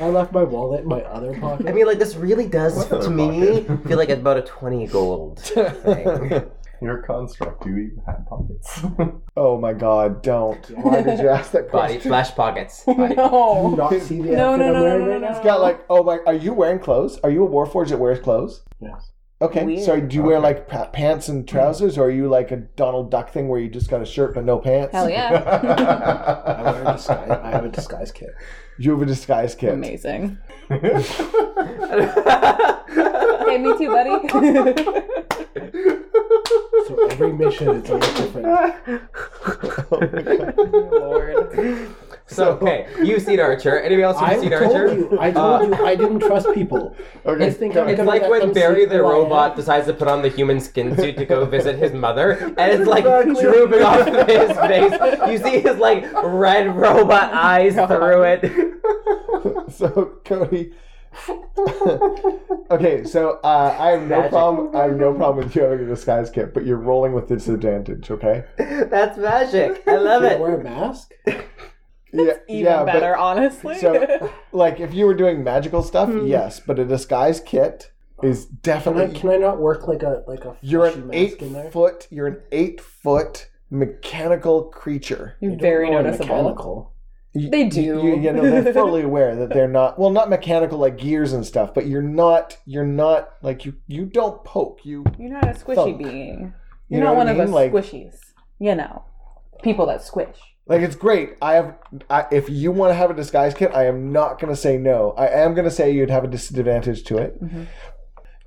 I left my wallet in my other [LAUGHS] pocket. I mean, like this really does What other to me pocket? feel like about a twenty gold [LAUGHS] thing. [LAUGHS] Your construct. Do you even have [LAUGHS] pockets? [LAUGHS] oh my god, don't. Why did you ask that [LAUGHS] Body question? flash [LAUGHS] pockets. Body. Do you no. not see [LAUGHS] No, the outfit no, I'm no, wearing no, no, right now? no. It's got like, oh my, are you wearing clothes? Are you a warforged that wears clothes? Yes. Okay, Weird. so do you wear like pa- pants and trousers, or are you like a Donald Duck thing where you just got a shirt but no pants? Hell [LAUGHS] yeah. I wear a disguise. I have a disguise kit. You have a disguise kit. Amazing. I Okay, me too, [LAUGHS] buddy. So [LAUGHS] every mission is a little different. Lord. So, okay, you Seed Archer. Anybody else I who's Seed told Archer? Uh. you. I told you. I didn't trust [LAUGHS] people. Okay. I think I'm It's gonna like let when them Barry see the who I am. robot decides to put on the human skin suit to go visit his mother, and it's like drooping off his face. You see his like red robot eyes through it. [LAUGHS] [LAUGHS] so Cody. [LAUGHS] okay, so uh, I have no problem. I have no problem with you having a disguise kit, but you're rolling with disadvantage. Okay. That's magic. I love Should I it. wear a mask? yeah. Even yeah, but- better, honestly. [LAUGHS] so, like, if you were doing magical stuff, Hmm. yes, but a disguise kit is Can I, definitely. can I not work like a like a you're fleshy an mask eight in there? foot. You're an eight foot mechanical creature. They You're don't very know I'm noticeable. mechanical. You- They you- do. You, you know, they're fully aware that they're not well, not mechanical like gears and stuff, but you're not. You're not like you. You don't poke. You. You're not a squishy Thunk. being. You You're know not what one I of mean? us Like- squishies. You know, people that squish. Like it's great. I have. I, if you want to have a disguise kit, I am not going to say no. I am going to say you'd have a disadvantage to it. Mhm.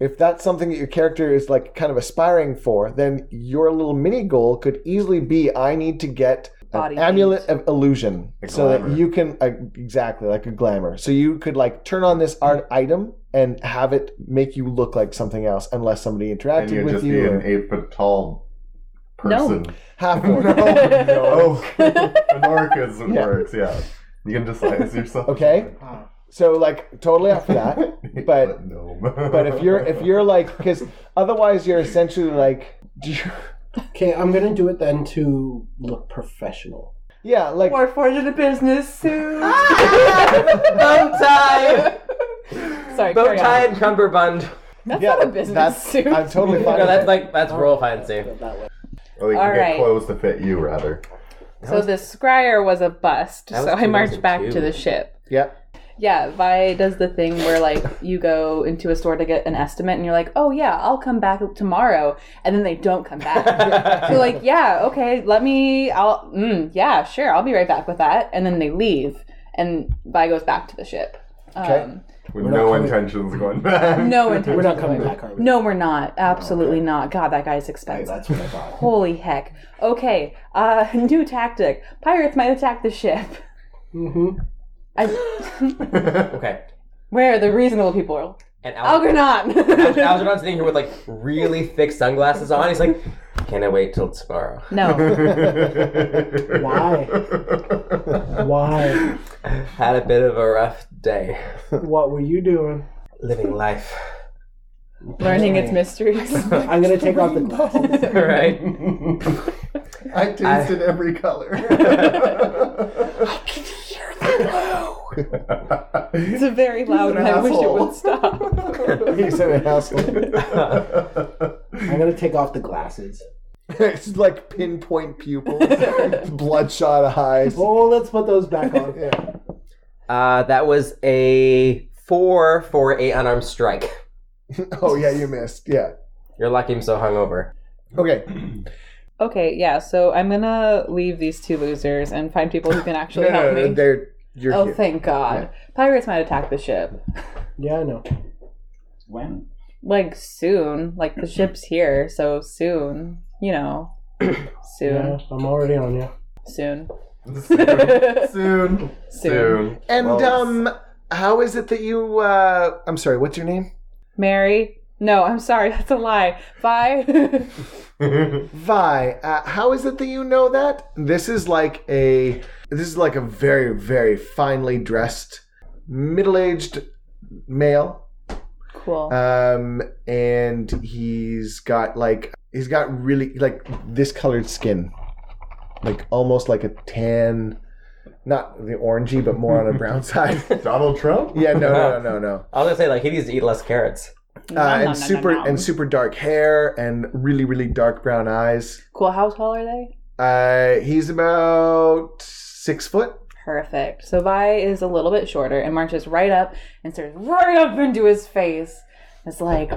If that's something that your character is like kind of aspiring for, then your little mini goal could easily be: I need to get an Body amulet paint. of illusion, A so that glamour. you can uh, exactly like a glamour. So you could like turn on this art item and have it make you look like something else, unless somebody and interacted you'd with just be you. an Or eight foot tall No. person. [LAUGHS] [LAUGHS] half orc. Oh, an orcism Yeah. works. Yeah, you can disguise yourself. [LAUGHS] Okay. [LAUGHS] So like totally up for that. But- no. But if you're [LAUGHS] if you're like because otherwise you're essentially like [LAUGHS] Okay, I'm gonna do it then to look professional. yeah like Warforged in a business suit. Bow tie, [LAUGHS] Sorry, bow carry on. tie, and cummerbund. That's yeah, not a business that's- suit. I'm [LAUGHS] totally fine. No, with that's it. like that's roll fancy. Go that way. Or you can All get right. clothes to fit you rather. so this scryer was a bust. That So was I marched back 2002. to the ship. yep Yeah, Vi does the thing where like you go into a store to get an estimate, and you're like, "Oh yeah, I'll come back tomorrow," and then they don't [LAUGHS] come [LAUGHS] back. so like, yeah, okay, let me. I'll. Mm, yeah, sure, I'll be right back with that, and then they leave, and Vi goes back to the ship. Um, Okay. With We're not no coming- intentions of [LAUGHS] going back. No intention. We're not of coming going back, are we? No, we're not. Absolutely not. God, that guy's Hey, expensive. that's what I thought. Holy heck. Okay, uh, [LAUGHS] new tactic. Pirates might attack the ship. Mm-hmm. I, [LAUGHS] Okay, where the reasonable people? and Alger- Algernon. [LAUGHS] Algernon's sitting here with like really thick sunglasses on. He's like, "Can I wait till tomorrow?" no. Why? Why? Had a bit of a rough day What were you doing? living life, [LAUGHS] Learning its mysteries. I'm gonna take off the glasses. right? I tasted every [LAUGHS] color. It's a very loud and I wish it would stop. [LAUGHS] he's in a household I'm gonna take off the glasses. it's like pinpoint pupils [LAUGHS] bloodshot eyes Oh, let's put those back on. yeah Uh, that was a four for a unarmed strike. oh yeah you missed yeah You're lucky I'm so hungover. okay Okay, yeah, so I'm gonna leave these two losers and find people who can actually no no, help no, me. they're you're oh, here. thank God. Pirates might attack the ship. Yeah, I know. When? Like, soon. Like, the ship's here, so soon. You know. [CLEARS THROAT] soon. Yeah, I'm already on you. [LAUGHS] Soon. Soon. soon. Soon. and Well, um how is it that you uh I'm sorry what's your name Mary? No, I'm sorry, [LAUGHS] that's a lie. Bye. [LAUGHS] Vi, uh, how is it that you know that? This is like a this is like a very very finely dressed middle-aged male. cool. Um and he's got like he's got really like this colored skin. Like almost like a tan not the orangey but more on a brown side. [LAUGHS] Donald Trump? [LAUGHS] Yeah, no no no no. I was gonna say like he needs to eat less carrots. no. Uh, and super and super dark hair and really really dark brown eyes. cool. How tall are they? Uh, he's about six foot. Perfect. So Vi is a little bit shorter and marches right up and stares right up into his face. It's like,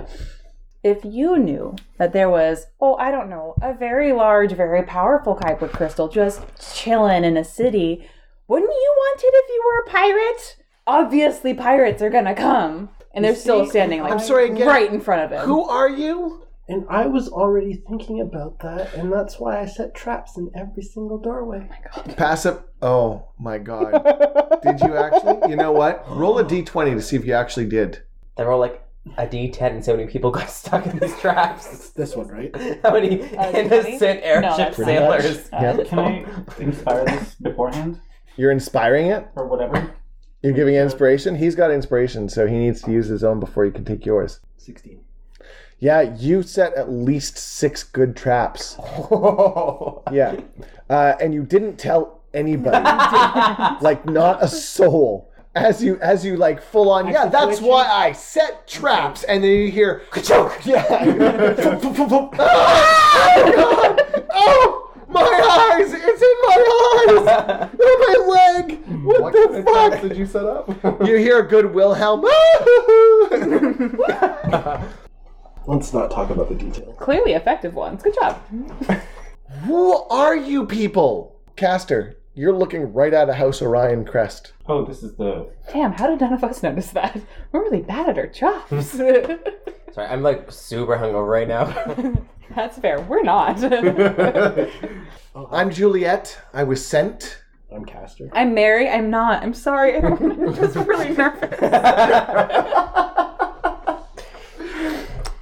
if you knew that there was, oh, I don't know, a very large, very powerful Kuiper crystal just chilling in a city, wouldn't you want it if you were a pirate? Obviously, pirates are gonna come. And they're still standing like I'm sorry, again. right in front of him. Who are you? And I was already thinking about that, and that's why I set traps in every single doorway. Passive. Oh my god. did you actually? You know what? Roll a d20 to see if you actually did. They roll like a D10, and so many people [LAUGHS] got stuck in these traps. It's this one, right? [LAUGHS] How many Uh, innocent 20? No, airship that's- sailors? Uh, Can I inspire this beforehand You're inspiring it. or whatever? You're giving inspiration. He's got inspiration, so he needs to use his own before you can take yours. 16. Yeah, you set at least six good [LAUGHS] traps. Yeah, uh, and you didn't tell anybody. like not a soul. As you as you like full on. Yeah, that's why I set traps, and then you hear ka-choke. [LAUGHS] Yeah. Fum, fum, fum, fum. Ah, God. Oh, my eyes! It's in my [LAUGHS] eyes. Oh, my leg. What What the kind of fuck? traps did you set up? You hear a good Wilhelm. [LAUGHS] Let's not talk about the details. Clearly effective ones. Good job. Who are you people? Caster, you're looking right at a House Orion crest. Oh, this is the. Damn, how did none of us notice that? We're really bad at our [LAUGHS] jobs. Sorry, I'm like super hungover right now. [LAUGHS] [LAUGHS] That's fair. [LAUGHS] We're not. I'm Juliet. I was sent. I'm Caster. I'm Mary. I'm not. I'm sorry. [LAUGHS] I don't, I'm just really [LAUGHS] nervous.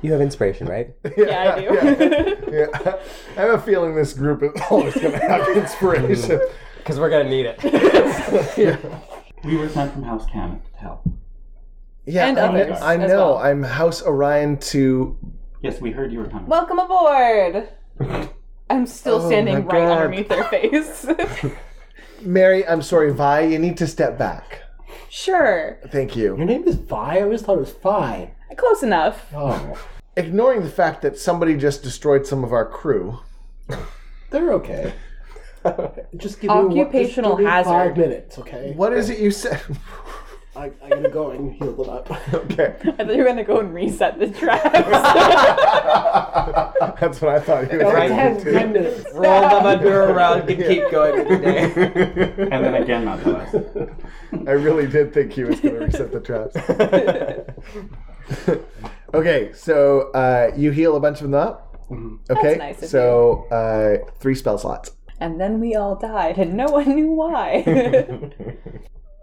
you have inspiration, right? Yeah, I do. [LAUGHS] Yeah. I have a feeling this group is always going to have inspiration. Because we're gonna need [LAUGHS] it. We were sent from House Canada to help. Yeah, And I kn- others I as know. well. I'm House Orion to. Yes, we heard you were coming. Welcome aboard. I'm still Oh my standing right God. underneath their face. [LAUGHS] Mary, I'm sorry, Vi, you need to step back. sure. Thank you. Your name is Vi? I always thought it was Fi. Close enough. Oh, Ignoring the fact that somebody just destroyed some of our crew. they're [LAUGHS] okay. Just give Occupational me one, just give me hazard. Five minutes, okay? What is it you said? [LAUGHS] I, I gotta go and heal them up. okay. I thought you were gonna go and reset the [LAUGHS] traps. That's what I thought you were [LAUGHS] Right. going to do. Ten minutes. Roll them under a round [LAUGHS] and keep going with the day. [LAUGHS] And then again, not to us. I really did think he was going to reset the traps. [LAUGHS] [LAUGHS] okay, so uh, you heal a bunch of them up. Okay, nice of so uh, three spell slots. and then we all died, and no one [LAUGHS] knew why.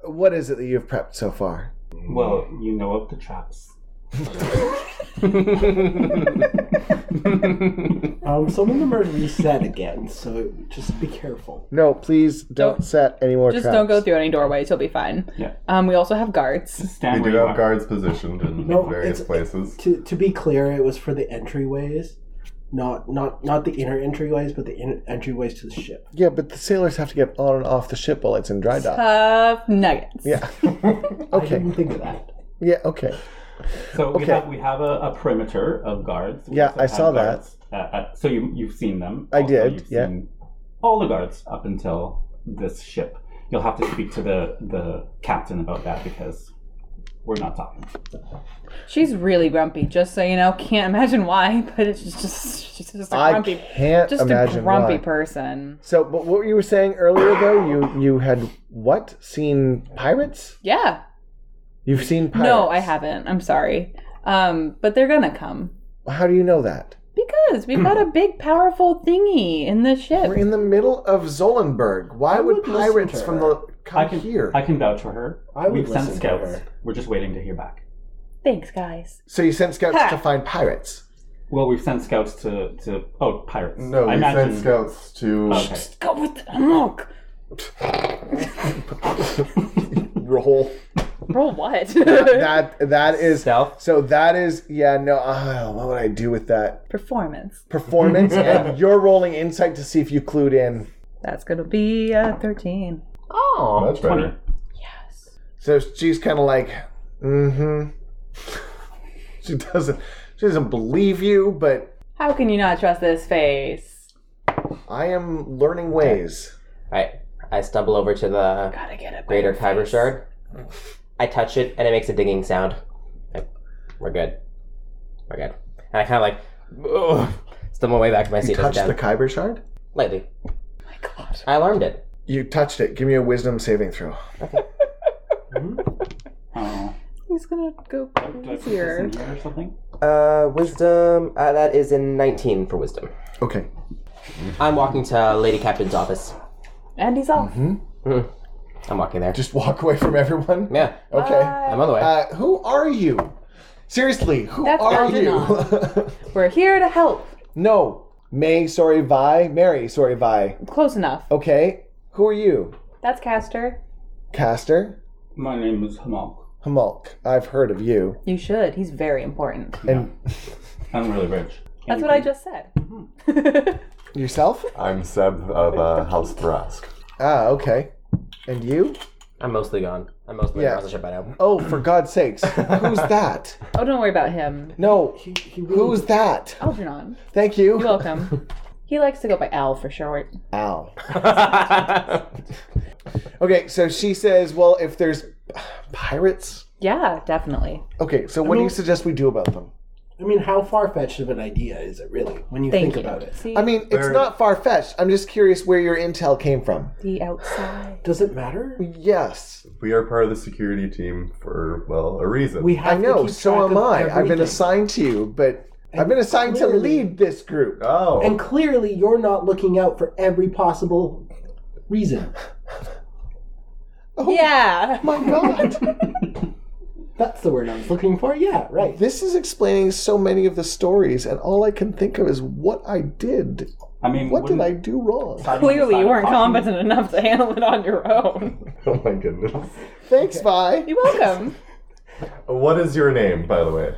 What is it that you've prepped so far? Well, you know of the traps. Um, some of them are reset again, so just be careful. No, please don't, Don't- set any more Just traps. don't go through any doorways. You'll be fine. Yeah. Um, we also have guards. Stand we where do you have are. guards positioned in No, various it's- places. To to be clear, it was for the entryways, not not not the inner entryways, but the inner entryways to the ship. Yeah, but the sailors have to get on and off the ship while it's in dry dock. Tough nuggets. Yeah. [LAUGHS] I okay. didn't think of that. Yeah. Okay. So we Okay. have we have a, a perimeter of guards. We Yeah, also I have saw that. guards, uh, uh, so you you've seen them. I did, You've yeah. Seen all the guards up until this ship. You'll have to speak to the the captain about that because we're not talking. She's really grumpy. Just so you know, can't imagine why, [LAUGHS] but it's just she's just a I grumpy, can't just imagine a grumpy why. person. so, but what you were saying earlier though, you you had what seen pirates? Yeah. You've seen pirates? No, I haven't. I'm sorry. Um, but they're gonna come How do you know that? because we've [CLEARS THROAT] got a big, powerful thingy in the ship. We're in the middle of Zolenberg. Why I would would listen pirates to from her. the I come can here? I can vouch for her. I would We've sent listen to scouts. her. We're just waiting to hear back. Thanks, guys. so you sent scouts Ha. to find pirates. Well, we've sent scouts to to oh pirates. No, I we imagine, sent scouts to. Okay. Just go with the look. Roll. Roll what? [LAUGHS] That that is Stealth? So that is yeah no. Uh, what would I do with that [LAUGHS] Performance. performance? and you're rolling insight to see if you clued in. That's gonna be a thirteen. Oh, That's better. So she's kind of like, mm-hmm. [LAUGHS] She doesn't. She doesn't believe you, but How can you not trust this face? I am learning ways. I I stumble over to the Gotta get a greater better kyber face. shard. I touch it and it makes a dinging sound. Like, we're good. We're good. And I kind of like ugh, stumble my way back to my You seat. and sit touched down. the kyber shard. lightly. My God. I alarmed it. You touched it. Give me a wisdom saving throw. Oh, He's gonna go do I put this crazier. in here or something? Uh, wisdom. Uh, that is in 19 for wisdom. Okay. I'm walking to Lady Captain's office. And he's off. I'm walking there. Just walk away from everyone. [LAUGHS] yeah, Okay. I'm on the way. Uh, who are you? Seriously, who That's are Algernon. you? We're here to help. [LAUGHS] no. May, sorry, Vi. Mary, sorry, Vi. Close enough. Okay. Who are you? That's Caster. Caster? My name is Hamal. Hamalk. I've heard of you. You should. He's very important. And I'm really rich. That's what I just said. Mm-hmm. yourself? I'm Seb of uh, House Thrask. Ah, okay. And you? I'm mostly gone. I'm mostly Yeah. yeah. ship by now. Oh, for God's sakes. Who's that? [LAUGHS] oh, don't worry about him. No. Who's that? Algernon. Thank you. You're [LAUGHS] welcome. he likes to go by Al for short. Ow. [LAUGHS] okay, so she says, well, if there's pirates. Yeah, definitely. Okay, so what do you Mm-hmm. suggest we do about them? I mean, how far fetched of an idea is it really when you Thank think you. about it? See I mean, it's not far fetched. I'm just curious where your intel came from. the outside. Does it matter? Yes, We are part of the security team for, well, a reason. We have I know. To keep So track am of I. I've been everything. assigned to you, but I've been assigned to clearly- lead this group. oh. And clearly, you're not looking out for every possible reason. Oh. [LAUGHS] Yeah. [LAUGHS] [LAUGHS] My God, That's the word I was looking for. Yeah, right. this is explaining so many of the stories, and all I can think of is what I did. I mean, What did I wouldn't- do wrong? Siding on the Clearly, side you of weren't caution. competent enough to handle it on your own. [LAUGHS] Oh my goodness. Thanks, Vi. [LAUGHS] You're [LAUGHS] welcome. What is your name, by the way?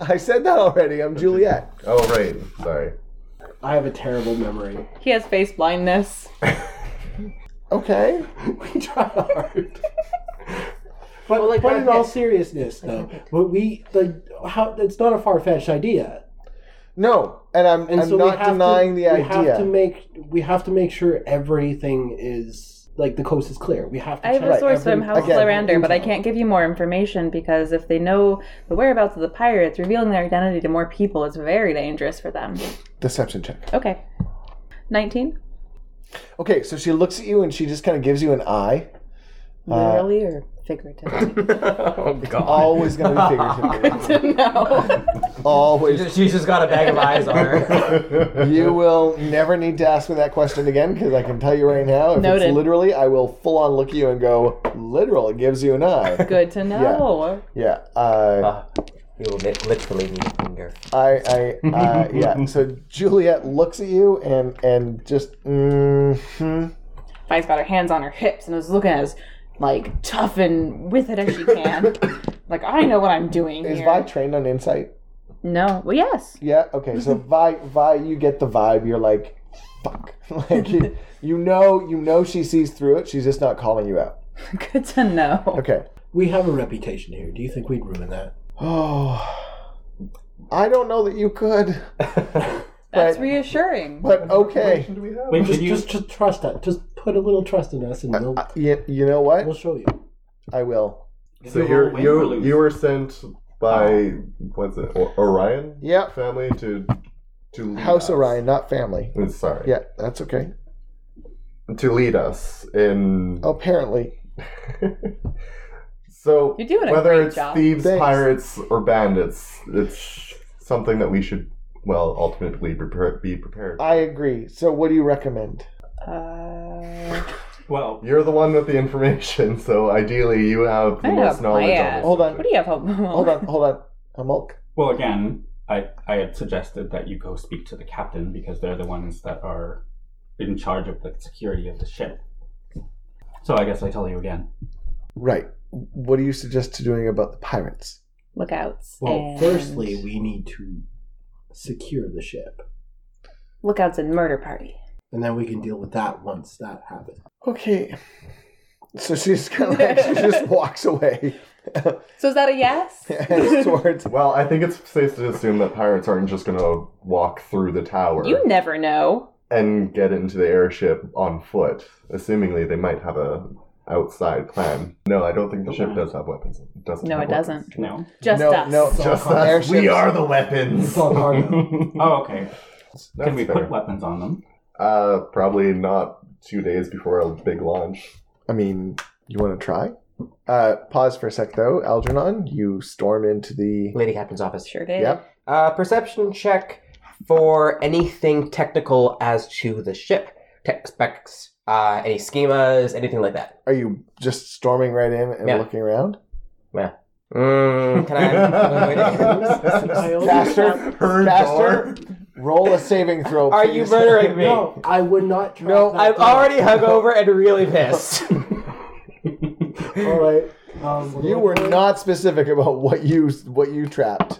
I said that already. I'm Juliet. Oh, right. Sorry. I have a terrible memory. [LAUGHS] He has face blindness. Okay. We try hard. But, but in all seriousness, though, but we the how it's not a far fetched idea, No, and I'm, and I'm so we not have denying to, the we have to idea. make we have to make sure everything is like the coast is clear. We have to. I have check a source every from House Again, Larander, but I intel. can't give you more information because if they know the whereabouts of the pirates, revealing their identity to more people is very dangerous for them. Deception check. Okay. 19? Okay, so she looks at you and she just kind of gives you an eye. Literally or [LAUGHS] figuratively? oh god. Always going to be figurative. [LAUGHS] no. Always. She's just got a bag of eyes on her. [LAUGHS] You will never need to ask me that question again because I can tell you right now, if Noted. it's literally, I will full on look at you and go, literal, it gives you an eye. Good to know. yeah. Uh, Uh, [LAUGHS] you will li- literally need a finger. I, I, uh, yeah. So Juliet looks at you and, and just, mm-hmm. Vi's got her hands on her hips and is looking as like tough and with it as she can. like I know what I'm doing Is here. Vi trained on insight? no. Well, yes. [LAUGHS] Yeah. Okay. So Vi, Vi, you get the vibe. You're like, fuck. [LAUGHS] Like you, you know, you know she sees through it. She's just not calling you out. Good to know. Okay. [SIGHS] We have a reputation here. Do you think we'd ruin that? Oh, I don't know that you could, That's but- reassuring. but okay. Do we have? Wait, Just, did you? just, just trust us. Just put a little trust in us, and we'll, Uh, you, you know what? we'll show you. I will. So Did we you're, win or you lose? you were sent by what's it O- Orion? Yep. Family to to lead House us. Orion, not family. Uh, Sorry. Yeah, that's okay. To lead us in. Apparently, So You're doing a whether great it's job. thieves, Thanks. pirates, or bandits, it's something that we should well ultimately prepare, be prepared. I agree. So, what do you recommend? Uh, well, You're the one with the information, [LAUGHS] so ideally you have the I have most a knowledge on plan. this. Hold on. what do you have? Hope? Hold on, hold on. I'm Hulk. well, again, I I had suggested that you go speak to the captain because they're the ones that are in charge of the security of the ship. So I guess I tell you again. Right. What do you suggest to doing about the pirates? Lookouts. Well, and- firstly, we need to secure the ship, lookouts and murder party. and then we can deal with that once that happens. Okay. So she's kind of like, she just walks away So is that a yes? [LAUGHS] and towards. Well, I think it's safe to assume that pirates aren't just going to walk through the tower you never know. and get into the airship on foot. Assumingly, they might have a outside plan. No, I don't think the ship does have weapons. It doesn't. No, have it doesn't. No. Just no, us. no, Just us. We Airships. are the weapons. It's all cargo. Oh, okay. [LAUGHS] That's Can we fair. put weapons on them? Uh, probably not two days before a big launch. I mean, you want to try? Uh, pause for a sec, though. Algernon, you storm into the. Lady Captain's office. Sure did. Yep. Uh, perception check for anything technical as to the ship. Tech specs, uh, any schemas, anything like that. Are you just storming right in and Yeah. looking around? Mm, can [LAUGHS] I? Faster, Her faster. Roll a saving throw. Are you please. murdering me? No, I would not. Try No, that I'm out. already hungover and really pissed. All right. Um, [LAUGHS] You were not specific about what you what you trapped.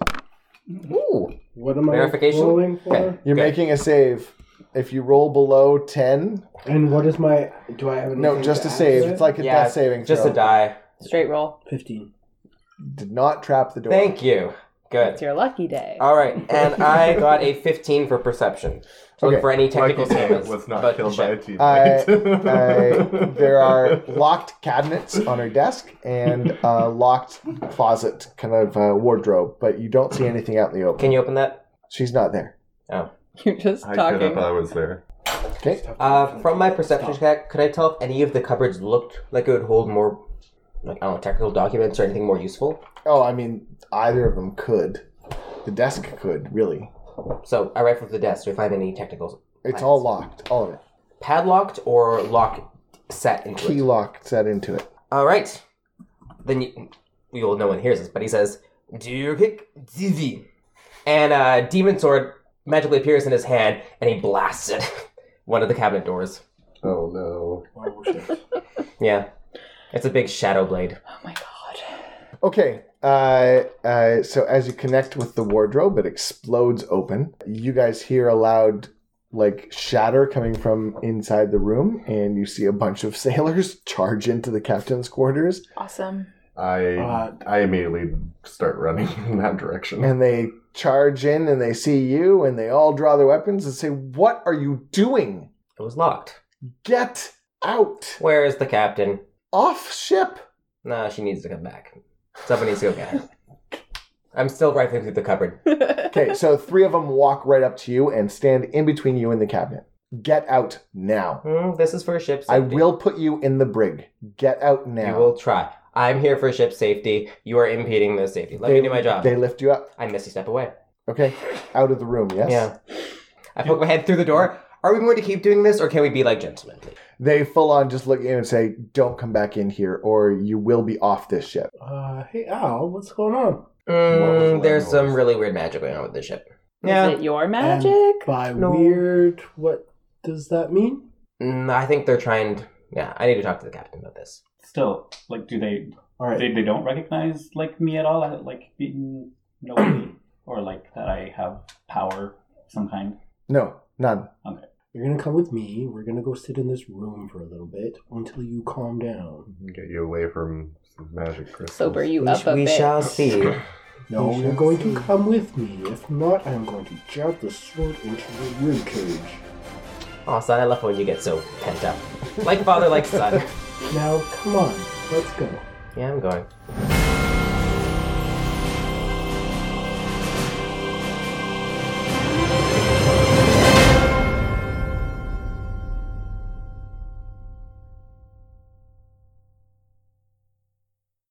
Ooh. What am I Verification? rolling for? Okay. You're Good. making a save. If you roll below ten, And what is my? Do I have no, anything just to a add save. to it? It's like a Yeah, death saving [LAUGHS] Just throw. a die. Straight roll. fifteen. Did not trap the door. Thank you. Good. It's your lucky day. All right, and I got a 15 for perception. So Okay. Look for any Michael technical statements. Davis [LAUGHS] was not but killed by a shit. teammate. I- Uh, there [LAUGHS] are locked cabinets on her desk and a locked closet, kind of uh, wardrobe, but you don't see anything out in the open. Can you open that? She's not there. [LAUGHS] You're just I could have. talking. I was there. Okay. Uh, from my perception check, could I tell if any of the cupboards looked like it would hold more, like I don't know, technical documents or anything more useful? Oh, I mean, either of them could. The desk could really. So I rifle through the desk to find any technicals. It's all locked, all of it. Padlocked or lock set into Key it? lock set into it. All right. Then you, well, no one hears this, but he says, "Duke Divi," and a demon sword magically appears in his hand, and he blasts it [LAUGHS] one of the cabinet doors. Oh no. Oh, shit. Yeah, it's a big shadow blade. Oh my god. Okay. Uh, uh, so as you connect with the wardrobe, it explodes open. You guys hear a loud, like shatter coming from inside the room, and you see a bunch of [LAUGHS] sailors charge into the captain's quarters, [LAUGHS] Awesome. I Uh, I immediately start running [LAUGHS] in that direction. and they charge in, and they see you, and they all draw their weapons and say, "What are you doing? It was locked. Get out Where is the captain? off ship!" No, she needs to come back. Someone needs to go get her. I'm still rifling through the cupboard. Okay, so three of them walk right up to you and stand in between you and the cabinet. Get out now. Hmm, this is for ship safety. I will put you in the brig. Get out now. You will try. I'm here for ship safety. You are impeding the safety. Let me do my job. They lift you up. I missed a step away. Okay, out of the room. Yes. Yeah. I poke my head through the door. Are we going to keep doing this, or can we be like gentlemen? please? They full on just look at you and say, "Don't come back in here, or you will be off this ship." Uh, hey Al, what's going on? was Mm, the there's landlord's? some really weird magic going on with this ship. Is Yeah, it your And magic? by No. weird, what does that mean? mm, I think they're trying. To, yeah, I need to talk to the captain about this. Still, like, do they All right. they, they don't recognize like me at all, like being nobody, or like that I have power of some kind. No, none. You're gonna come with me. We're gonna go sit in this room for a little bit until you calm down. Get you away from some magic crystals. Sober you We, up sh- a we bit. shall see. [CLEARS THROAT] No, You you're shall going see. to come with me. If not, I'm going to jab the sword into the rib cage. Oh, son, I love when you get so [LAUGHS] pent up, like father, like son. Now, come on, let's go. Yeah, I'm going.